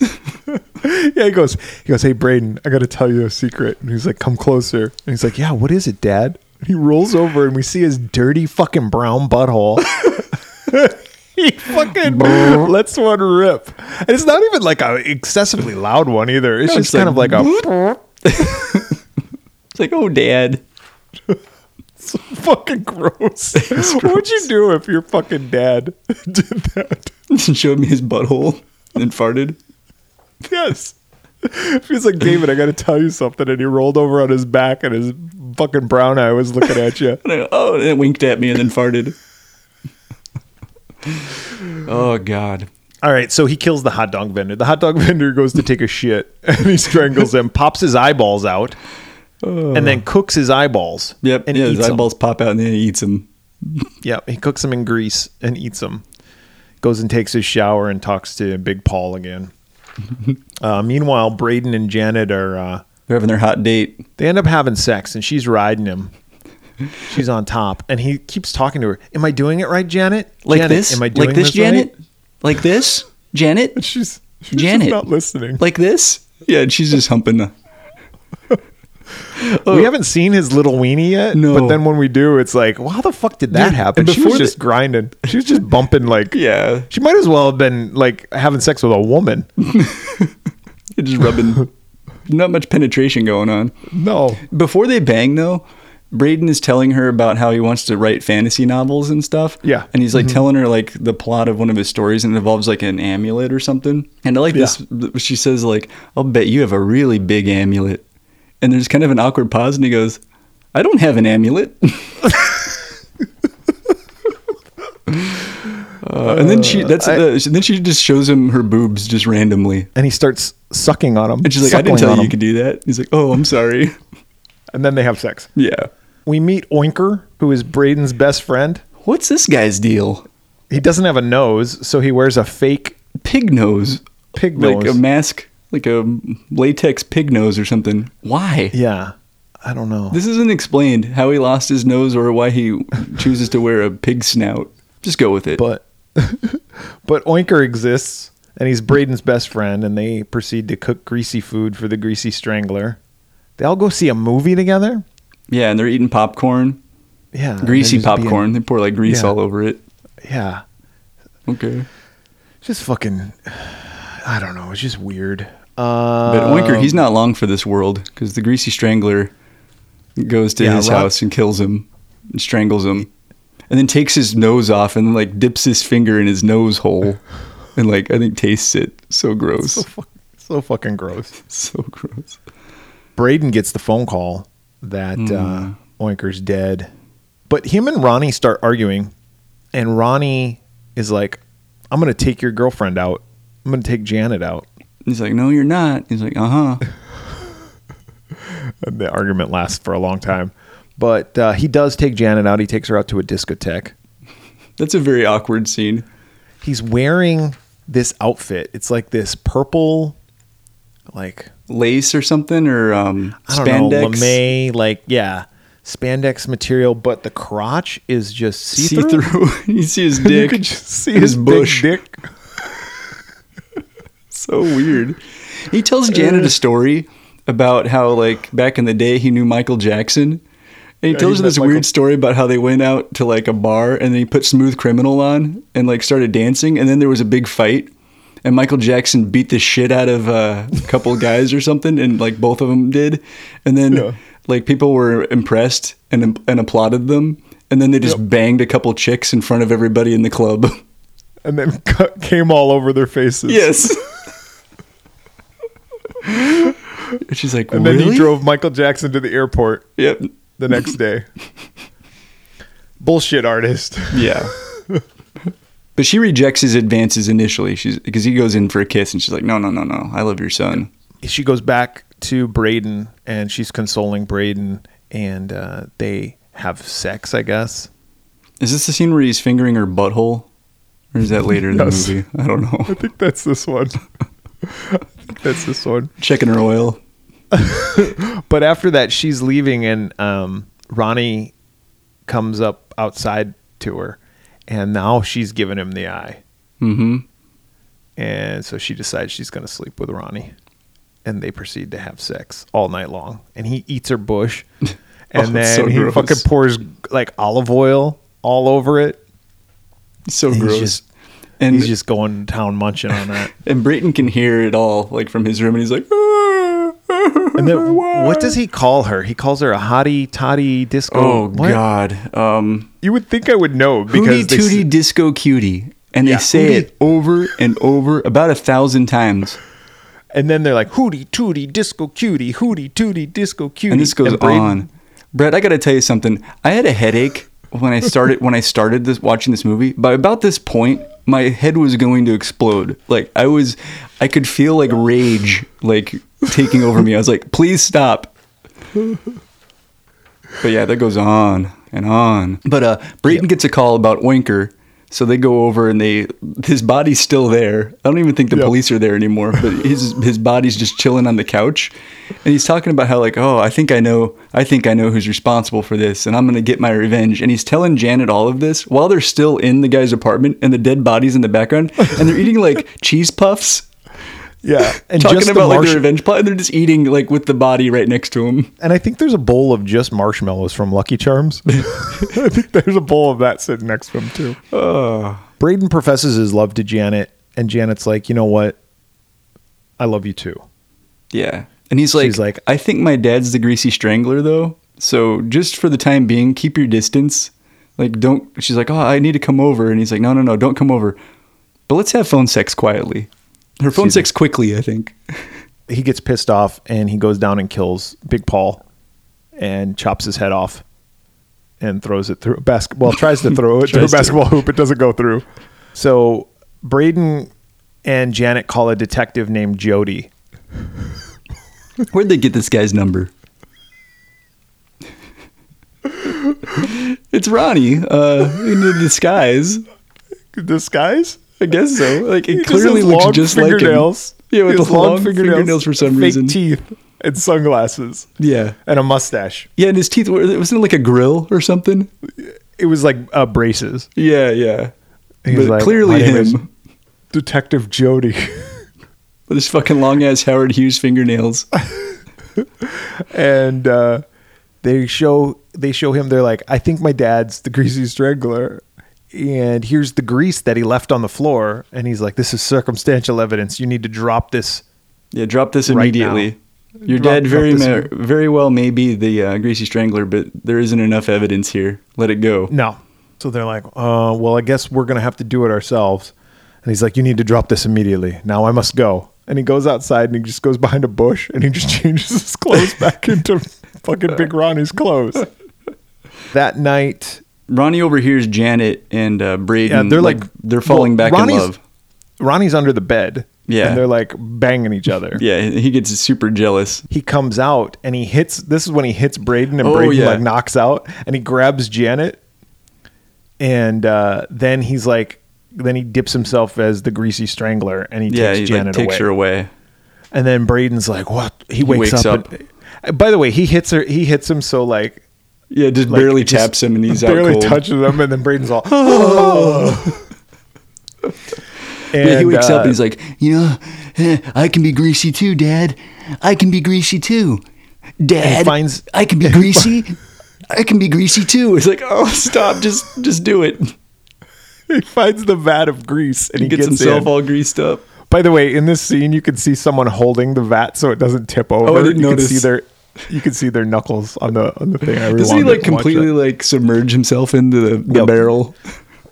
yeah, he goes. He goes. Hey, Braden, I got to tell you a secret. And he's like, come closer. And he's like, yeah, what is it, Dad? And he rolls over and we see his dirty fucking brown butthole. he fucking lets one rip. And it's not even like a excessively loud one either. It's just
it's
kind
like,
of like a
It's like, oh, dad.
fucking gross. What would you do if your fucking dad did that?
showed me his butthole and farted.
Yes. He's like, David, I got to tell you something. And he rolled over on his back and his fucking brown eye was looking at you.
And I go, oh, and it winked at me and then farted. oh, God.
All right, so he kills the hot dog vendor. The hot dog vendor goes to take a shit and he strangles him, pops his eyeballs out, and then cooks his eyeballs.
Yep.
and
yeah,
eats
his
'em.
eyeballs pop out and then he eats them.
Yep, he cooks them in grease and eats them. Goes and takes his shower and talks to Big Paul again. uh, meanwhile, Braden and Janet are uh,
They're having their hot date.
they end up having sex and she's riding him. She's on top and he keeps talking to her. Am I doing it right, Janet?
Like
Janet,
this?
Am I doing
like this,
right?"
Janet? Like this? Janet?
She's, she's just
Janet.
not listening.
Like this? Yeah, and she's just humping. The,
We haven't seen his little weenie yet.
Oh. No.
But then when we do, it's like, well, how the fuck did that
Dude,
happen?
and
She was
before the-
just grinding. She was just bumping like.
yeah.
She might as well have been like having sex with a woman.
Just rubbing. not much penetration going on.
No.
Before they bang, though, Braden is telling her about how he wants to write fantasy novels and stuff.
Yeah. Mm-hmm.
And he's like telling her like the plot of one of his stories and it involves like an amulet or something. And I like this. She says, like, I'll bet you have a really big amulet. And there's kind of an awkward pause and he goes, I don't have an amulet. Uh, and then she that's the, then she just shows him her boobs just randomly.
And he starts sucking on him.
And she's like, I didn't tell you you
Could-
could do that. He's like, Oh, I'm sorry.
and then they have sex.
yeah.
We meet Oinker, who is Braden's best friend.
What's this guy's deal?
He doesn't have a nose, so he wears a fake
Pig nose.
pig nose.
Like a mask, like a latex pig nose or something. Why?
yeah. I don't know.
This isn't explained how he lost his nose or why he chooses to wear a pig snout. Just go with it.
but but Oinker exists and he's Braden's best friend and they proceed to cook greasy food for the greasy strangler. They all go see a movie together.
yeah, and they're eating popcorn,
Yeah. and Uh, they're
greasy
just being-
popcorn. They pour like grease
Yeah.
all over it.
yeah.
Okay.
Just fucking I don't know, it's just weird. Uh
But Oinker, he's not long for this world because the greasy strangler goes to
Yeah,
his
Rob-
house and kills him and strangles him and then takes his nose off and like dips his finger in his nose hole and like I think tastes it. So gross.
so, fuck, so fucking gross.
so gross.
Braden gets the phone call that
Hmm.
uh, Oinker's dead. But him and Ronnie start arguing, and Ronnie is like, I'm going to take your girlfriend out. I'm going to take Janet out.
He's like, no, you're not. He's like, uh huh.
the argument lasts for a long time. But uh, he does take Janet out. He takes her out to a discotheque.
That's a very awkward scene.
He's wearing this outfit. It's like this purple, like
Lace or something or um,
I don't
spandex.
know, lame, like yeah, spandex material. But the crotch is just see
See
through.
through. you see his dick.
could just see
and
his, big
bush.
dick.
So weird. He tells Janet a story about how, like, back in the day, he knew Michael Jackson. And he tells
he
her this
met Michael-
weird story about how they went out to like a bar and they put Smooth Criminal on and like started dancing. And then there was a big fight. And Michael Jackson beat the shit out of uh, a couple guys or something. And like both of them did. And then
Yeah.
like people were impressed and, and applauded them. And then they just banged a couple chicks in front of everybody in the club.
And then cut, came all over their faces.
Yes. And She's like,
And
really?
then he drove Michael Jackson to the airport
Yep.
the next day. Bullshit artist.
Yeah. But she rejects his advances initially. She's because he goes in for a kiss, and she's like, "No, no, no, no. I love your son."
she goes back to Braden and she's consoling Braden and uh, they have sex, I guess.
Is this the scene where he's fingering her butthole, or is that later in
Yes.
the movie? I don't know.
I think that's this one. I think that's this one.
Checking her oil.
But after that, she's leaving and um, Ronnie comes up outside to her and now she's giving him the eye.
Mm-hmm.
And so she decides she's going to sleep with Ronnie. And they proceed to have sex all night long. And he eats her bush. And
Oh,
then
it's so
he
gross.
fucking pours like olive oil all over it.
So
He's
gross.
just-
and
He's just going to town munching on that.
and Brayton can hear it all, like from his room, and he's like,
And then what does he call her? He calls her a hottie toddy disco.
"Oh
what?
God, um,
You would think I would know
hootie
because they s-
tootie disco cutie," and
Yeah.
they say it over and over about a thousand times.
and then they're like hootie tootie disco cutie hootie tootie disco cutie.
and this goes
Braden-
on. Brett, I got to tell you something. I had a headache when I started when I started this watching this movie. By about this point, my head was going to explode. Like I was, I could feel like rage like taking over me. I was like, please stop. But yeah, that goes on and on. But uh, Brayton gets a call about Oinker. So they go over and they his body's still there. I don't even think the police are there anymore, but his his body's just chilling on the couch. And he's talking about how like, "Oh, I think I know. I think I know who's responsible for this and I'm going to get my revenge." And he's telling Janet all of this while they're still in the guy's apartment and the dead bodies in the background and they're eating like cheese puffs.
Yeah, and
talking
just the
about like
marsh-
their revenge plot, and they're just eating like with the body right next to him.
and I think there's a bowl of just marshmallows from Lucky Charms. I think there's a bowl of that sitting next to him too. Braden professes his love to Janet, and Janet's like, you know what? I love you too.
Yeah. And he's like,
She's like-
I think my dad's the greasy strangler though. So just for the time being, keep your distance. Like don't she's like, Oh, I need to come over and he's like, No, no, no, don't come over. But let's have phone sex quietly. Her phone sex quickly, I think.
He gets pissed off and he goes down and kills Big Paul and chops his head off and throws it through a basketball. Tries to throw it through a
Tries to.
basketball hoop. It doesn't go through. So Braden and Janet call a detective named Jody.
Where'd they get this guy's number? it's Ronnie, uh, in the disguise.
Disguise?
I guess so. Like it
He just
clearly
has
looks
long
just like him.
fingernails.
Yeah, with
He has
the long fingernails for some
fake
reason.
teeth and sunglasses
Yeah.
and a mustache.
Yeah, and his teeth were wasn't it like a grill or something?
It was like uh, braces.
Yeah, yeah.
He's
but
like,
clearly
"My name
him
is Detective Jody.
with his fucking long ass Howard Hughes fingernails.
and uh, they show they show him they're like, I think my dad's the greasy strangler. And here's the grease that he left on the floor. And he's like, This is circumstantial evidence. You need to drop this.
Yeah, drop this
Right
immediately. Your
Drop-
dad
drop
very
this
ma-
here.
very well may be the uh, greasy strangler, but there isn't enough evidence here. Let it go.
No. So they're like, uh, well, I guess we're going to have to do it ourselves. And he's like, you need to drop this immediately. Now I must go. And he goes outside and he just goes behind a bush and he just changes his clothes back into fucking Big Ronnie's clothes. That night,
Ronnie overhears Janet and uh, Braden.
Yeah, they're like-
they're falling
well,
back
Ronnie's-
in love.
Ronnie's under the bed.
Yeah.
And they're like banging each other.
Yeah, he gets super jealous.
He comes out and he hits. This is when he hits Braden and
Oh,
Braden
yeah.
like knocks out and he grabs Janet. And uh, then he's like, then he dips himself as the greasy strangler and he
Yeah, he
takes Janet
like, takes
away.
her away.
And then Braden's like, "What?" He wakes,
wakes
up. and- by the way, he hits her. He hits him so like
Yeah, just
like,
barely
it just
taps him and he's
barely
out cold.
touches him, and then Braden's all. "Oh!" and,
yeah, he wakes up
uh,
and he's like, you know, eh, I can be greasy too, Dad. I can be greasy too, Dad.
finds-
I can be greasy. I can be greasy too. It's like, oh, stop, just just do it.
he finds the vat of grease and he,
He gets, himself all greased up.
By the way, in this scene, you can see someone holding the vat so it doesn't tip over.
Oh, I didn't
you
notice.
Can see their, you can see their knuckles on the on the thing. I really
Doesn't he
wanted
like
to watch that.
completely like submerge himself into the, the
Yep.
barrel?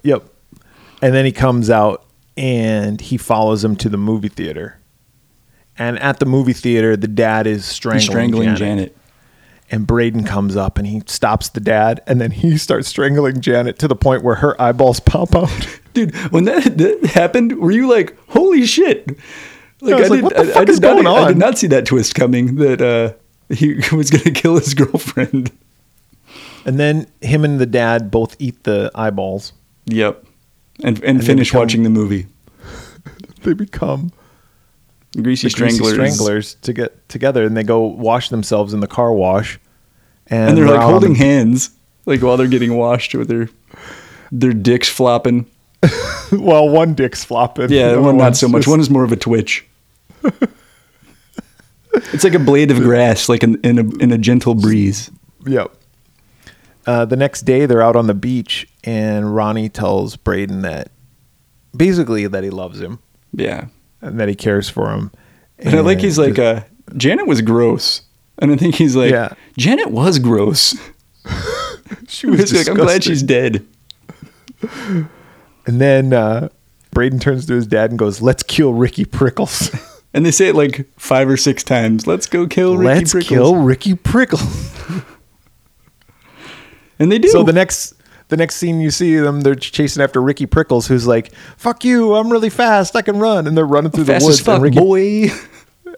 Yep. And then he comes out and he follows him to the movie theater. And at the movie theater, the dad is strangling,
strangling
Janet.
Janet.
And Braden comes up and he stops the dad. And then he starts strangling Janet to the point where her eyeballs pop out.
dude, when that, that happened, were you like, holy shit? Like,
I was like, what the fuck
did
is going
not, e, I did
on?
not see that twist coming that uh, he was going to kill his girlfriend.
And then him and the dad both eat the eyeballs.
Yep. And, and, finish
become-
watching the movie.
They become
Greasy
the Greasy
Stranglers.
stranglers to get together, and they go wash themselves in the car wash. And,
And they're like
out on
holding
the-
hands, like while they're getting washed with their their dicks flopping.
well, one dick's flopping.
Yeah,
the other
one not
one's
so much.
just-
One is more of a twitch. it's like a blade of grass, like in, in a in a gentle breeze.
Yep. Uh, the next day, they're out on the beach, and Ronnie tells Braden that basically that he loves him
Yeah,
and that he cares for him.
and, I like he's like, uh, Janet was gross, and I think he's like,
Yeah.
Janet was gross.
she
He's like, I'm glad
disgusting."
she's dead.
And then uh, Braden turns to his dad and goes, "Let's kill Ricky Prickles.
And they say it like five or six times. Let's go kill Ricky
Let's
Prickles.
kill Ricky Prickles."
And they do.
So the next the next scene you see them, they're chasing after Ricky Prickles, who's like, "Fuck you! I'm really fast. I can run." And they're running through
fast
the woods.
as fuck,
and, Ricky,
boy.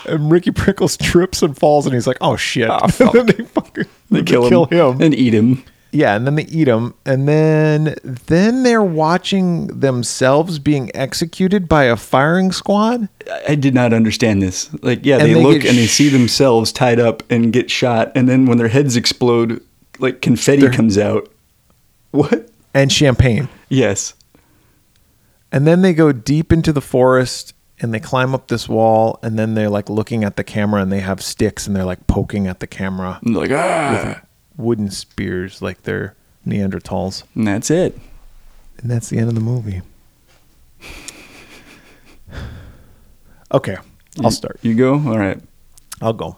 and Ricky Prickles trips and falls, and he's like, "Oh shit!"
Ah,
and then they fucking
They kill, him, and eat him.
yeah, and then they eat him, and then then they're watching themselves being executed by a firing squad.
I- I did not understand this. Like, yeah,
And
they,
they
look
get
and they
sh-
see themselves tied up and get shot, and then when their heads explode, like confetti comes out. What?
And champagne.
Yes.
And then they go deep into the forest and they climb up this wall and then they're like looking at the camera and they have sticks and they're like poking at the camera.
And they're like, ah.
wooden spears like they're Neanderthals.
And that's it.
And that's the end of the movie. Okay, I'll start.
You go? All right.
I'll go.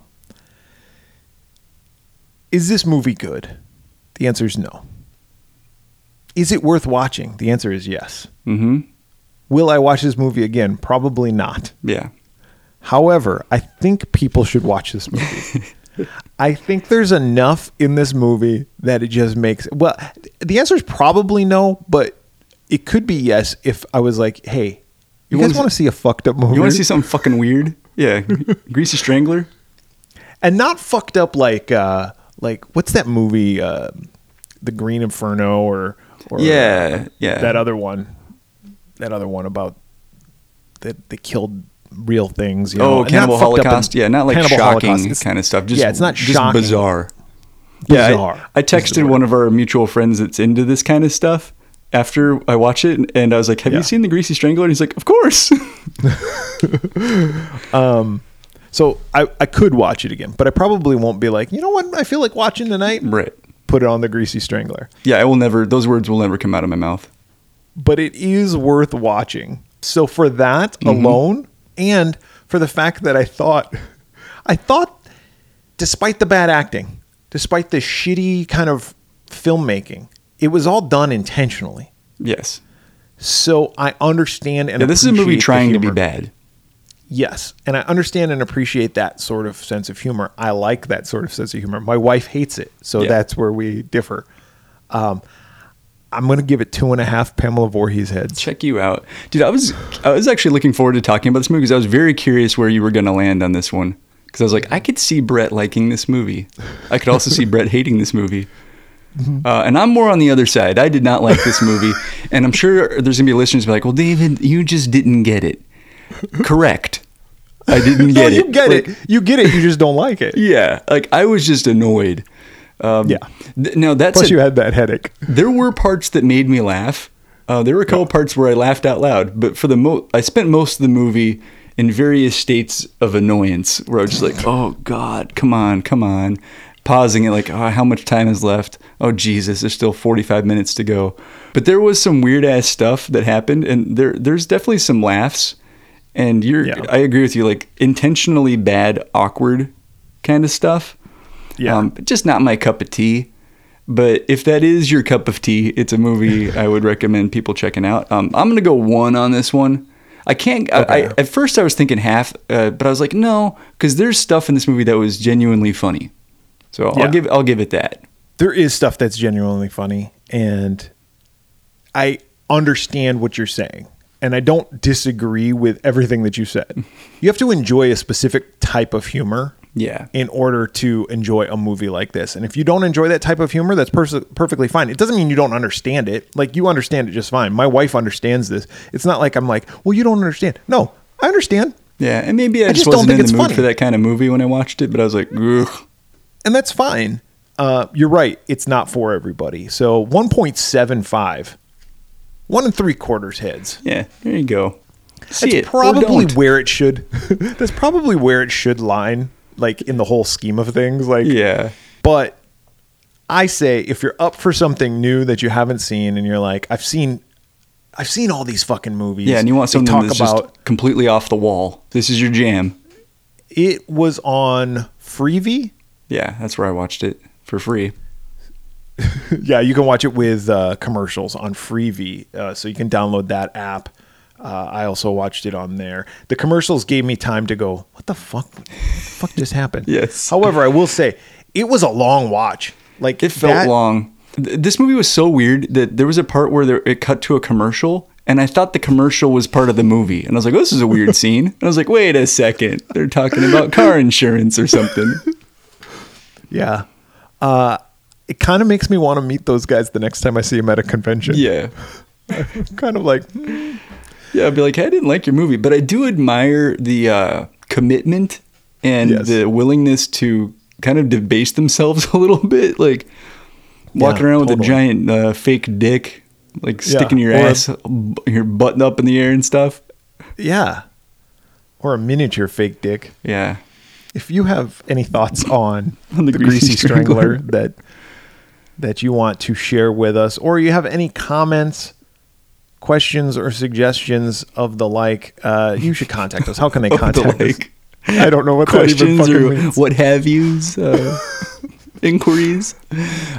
Is this movie good? The answer is no. Is it worth watching? The answer is yes.
Mm-hmm.
Will I watch this movie again? Probably not.
Yeah.
However, I think people should watch this movie. I think there's enough in this movie that it just makes well the answer is probably no, but it could be yes if I was like, hey, you,
You
guys
wanna
want to see a fucked up movie?
You want to see something fucking weird? Yeah. Greasy Strangler?
and not fucked up like uh like what's that movie uh The Green Inferno or or
Yeah. Yeah.
that other one. That other one about that they killed real things, you know.
oh,
and not
Cannibal
fucked up and-
Holocaust? Yeah, not like
Cannibal Holocaust.
shocking
It's-
kind of stuff. Just,
yeah, it's not
just
shocking.
bizarre.
Bizarre
Yeah, I, I
is the
texted
word.
one of our mutual friends that's into this kind of stuff after I watch it, and- and I was like, "Have
Yeah.
you seen the Greasy Strangler?" And he's like, "Of course."
So I, I could watch it again, but I probably won't be like, you know what? I feel like watching tonight.
right.
Put it on the Greasy Strangler.
Yeah, I will never. Those words will never come out of my mouth.
But it is worth watching. So for that
Mm-hmm.
alone, and for the fact that I thought, I thought, despite the bad acting, despite the shitty kind of filmmaking, it was all done intentionally.
Yes.
So I understand and
Yeah, this is a
appreciate
movie
the
trying to be
humor.
bad.
Yes. And I understand and appreciate that sort of sense of humor. I like that sort of sense of humor. My wife hates it. So
Yeah.
that's where we differ. Um, I'm going to give it two and a half Pamela Voorhees heads.
Check you out, dude. I was I was actually looking forward to talking about this movie because I was very curious where you were going to land on this one because I was like, I could see Brett liking this movie. I could also see Brett hating this movie.
Mm-hmm.
Uh, and I'm more on the other side. I did not like this movie, and I'm sure there's gonna be listeners who be like, "Well, David, you just didn't get it." Correct. I didn't
No,
get it.
you get
Like,
it. You get it. You just don't like it.
Yeah, like I was just annoyed. Um,
Yeah.
th- now that's
Plus,
a-
you had that headache.
there were parts that made me laugh. Uh, there were a couple parts where I laughed out loud, but for the mo, I spent most of the movie in various states of annoyance, where I was just like, "Oh God, come on, come on," pausing it like, "Oh, how much time is left? Oh Jesus, there's still 45 minutes to go." But there was some weird ass stuff that happened, and there there's definitely some laughs. And you're,
Yeah.
I agree with you, like intentionally bad, awkward kind of stuff.
Yeah.
Um, just not my cup of tea. But if that is your cup of tea, it's a movie I would recommend people checking out. Um, I'm going to go one on this one. I can't. I, I,
Okay.
at first, I was thinking half, uh, but I was like, no, because there's stuff in this movie that was genuinely funny. So
Yeah.
I'll give I'll give it that.
there is stuff that's genuinely funny and i understand what you're saying. And I don't disagree with everything that you said. You have to enjoy a specific type of humor
Yeah.
in order to enjoy a movie like this. And if you don't enjoy that type of humor, that's pers- perfectly fine. It doesn't mean you don't understand it. Like you understand it just fine. My wife understands this. It's not like I'm like, well, you don't understand. No, I understand.
Yeah, and maybe I, just,
just don't
wasn't
think
in the
it's
mood
funny.
for that kind of movie when I watched it, but I was like, Ugh.
and that's fine. Uh, you're right. It's not for everybody. So 1.75, one and three quarters heads.
yeah, there you go. See
That's
it or
probably
don't.
where it should. that's probably where it should line, like in the whole scheme of things. Like,
Yeah,
But I say, if you're up for something new that you haven't seen, and you're like, I've seen, I've seen all these fucking movies.
yeah, and you want
They
something
talk
that's
about
just completely off the wall. This is your jam.
it was on Freevee.
Yeah, that's where I watched it for free.
yeah, you can watch it with uh, commercials on Freevee, uh, so you can download that app. Uh, I also watched it on there. The commercials gave me time to go, "What the fuck? What the fuck just happened?"
Yes.
However, I will say it was a long watch. Like
It felt
that-
long. Th- This movie was so weird that there was a part where there, it cut to a commercial, and I thought the commercial was part of the movie. And I was like, oh, this is a weird scene. And I was like, wait a second. They're talking about car insurance or something.
Yeah. Uh, it kind of makes me want to meet those guys the next time I see them at a convention.
Yeah.
kind of like "Hmm,
Yeah, I'd be like, hey, I didn't like your movie, but I do admire the uh, commitment and
Yes.
the willingness to kind of debase themselves a little bit, like walking
Yeah,
around with
totally.
a giant uh, fake dick, like
Yeah,
sticking your
or a-
ass, b- your button up in the air and stuff.
yeah, or a miniature fake dick.
Yeah,
if you have any thoughts on,
On
the,
the
greasy,
Greasy
strangler,
Strangler.
that that you want to share with us or you have any comments questions or suggestions of the like uh, you should contact us how can they
Of the
contact us
like.
i don't know what
questions
that even
or
fucking means.
what have yous, uh, inquiries.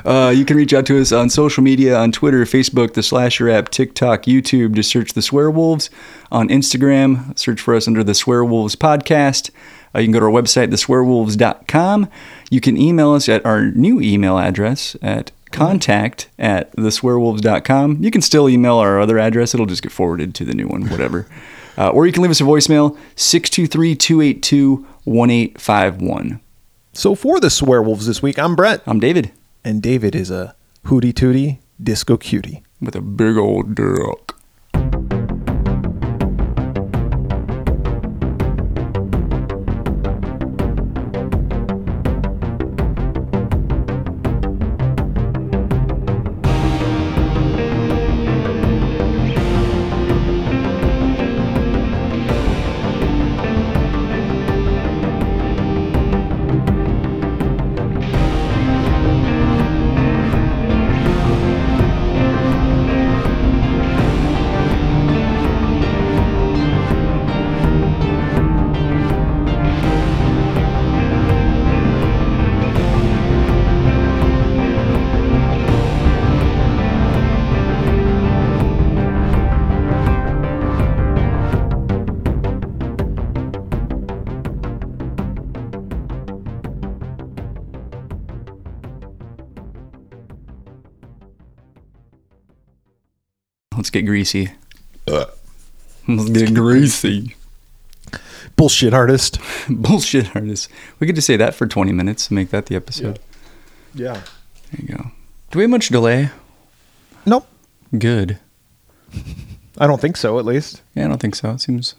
Uh, you can reach out to us on social media on Twitter, Facebook, the Slasher app, TikTok, YouTube. Just search the Swearwolves. On Instagram, search for us under the Swearwolves podcast. Uh, you can go to our website, theswearwolves.com. You can email us at our new email address at contact at theswearwolves.com. You can still email our other address. It'll just get forwarded to the new one, whatever. Uh, or you can leave us a voicemail, 623 282 1851.
so for the swearwolves this week i'm brett
I'm David
and david is a hootie tootie disco cutie
with a big old duck. Let's get greasy.
Uh.
Let's get greasy.
bullshit artist
Bullshit artist. We get to say that for 20 minutes and make that the episode.
yeah
There you go. Do we have much delay?
nope
Good.
i don't think so at least
Yeah, I don't think so. It seems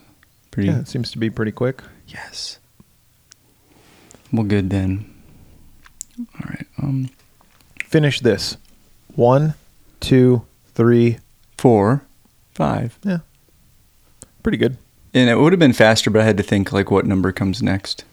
pretty.
yeah it seems to be pretty quick
Yes. Well, good then. All right. Um,
finish this. One, two, three.
four, five.
Yeah. Pretty good.
And it would have been faster, but I had to think like what number comes next.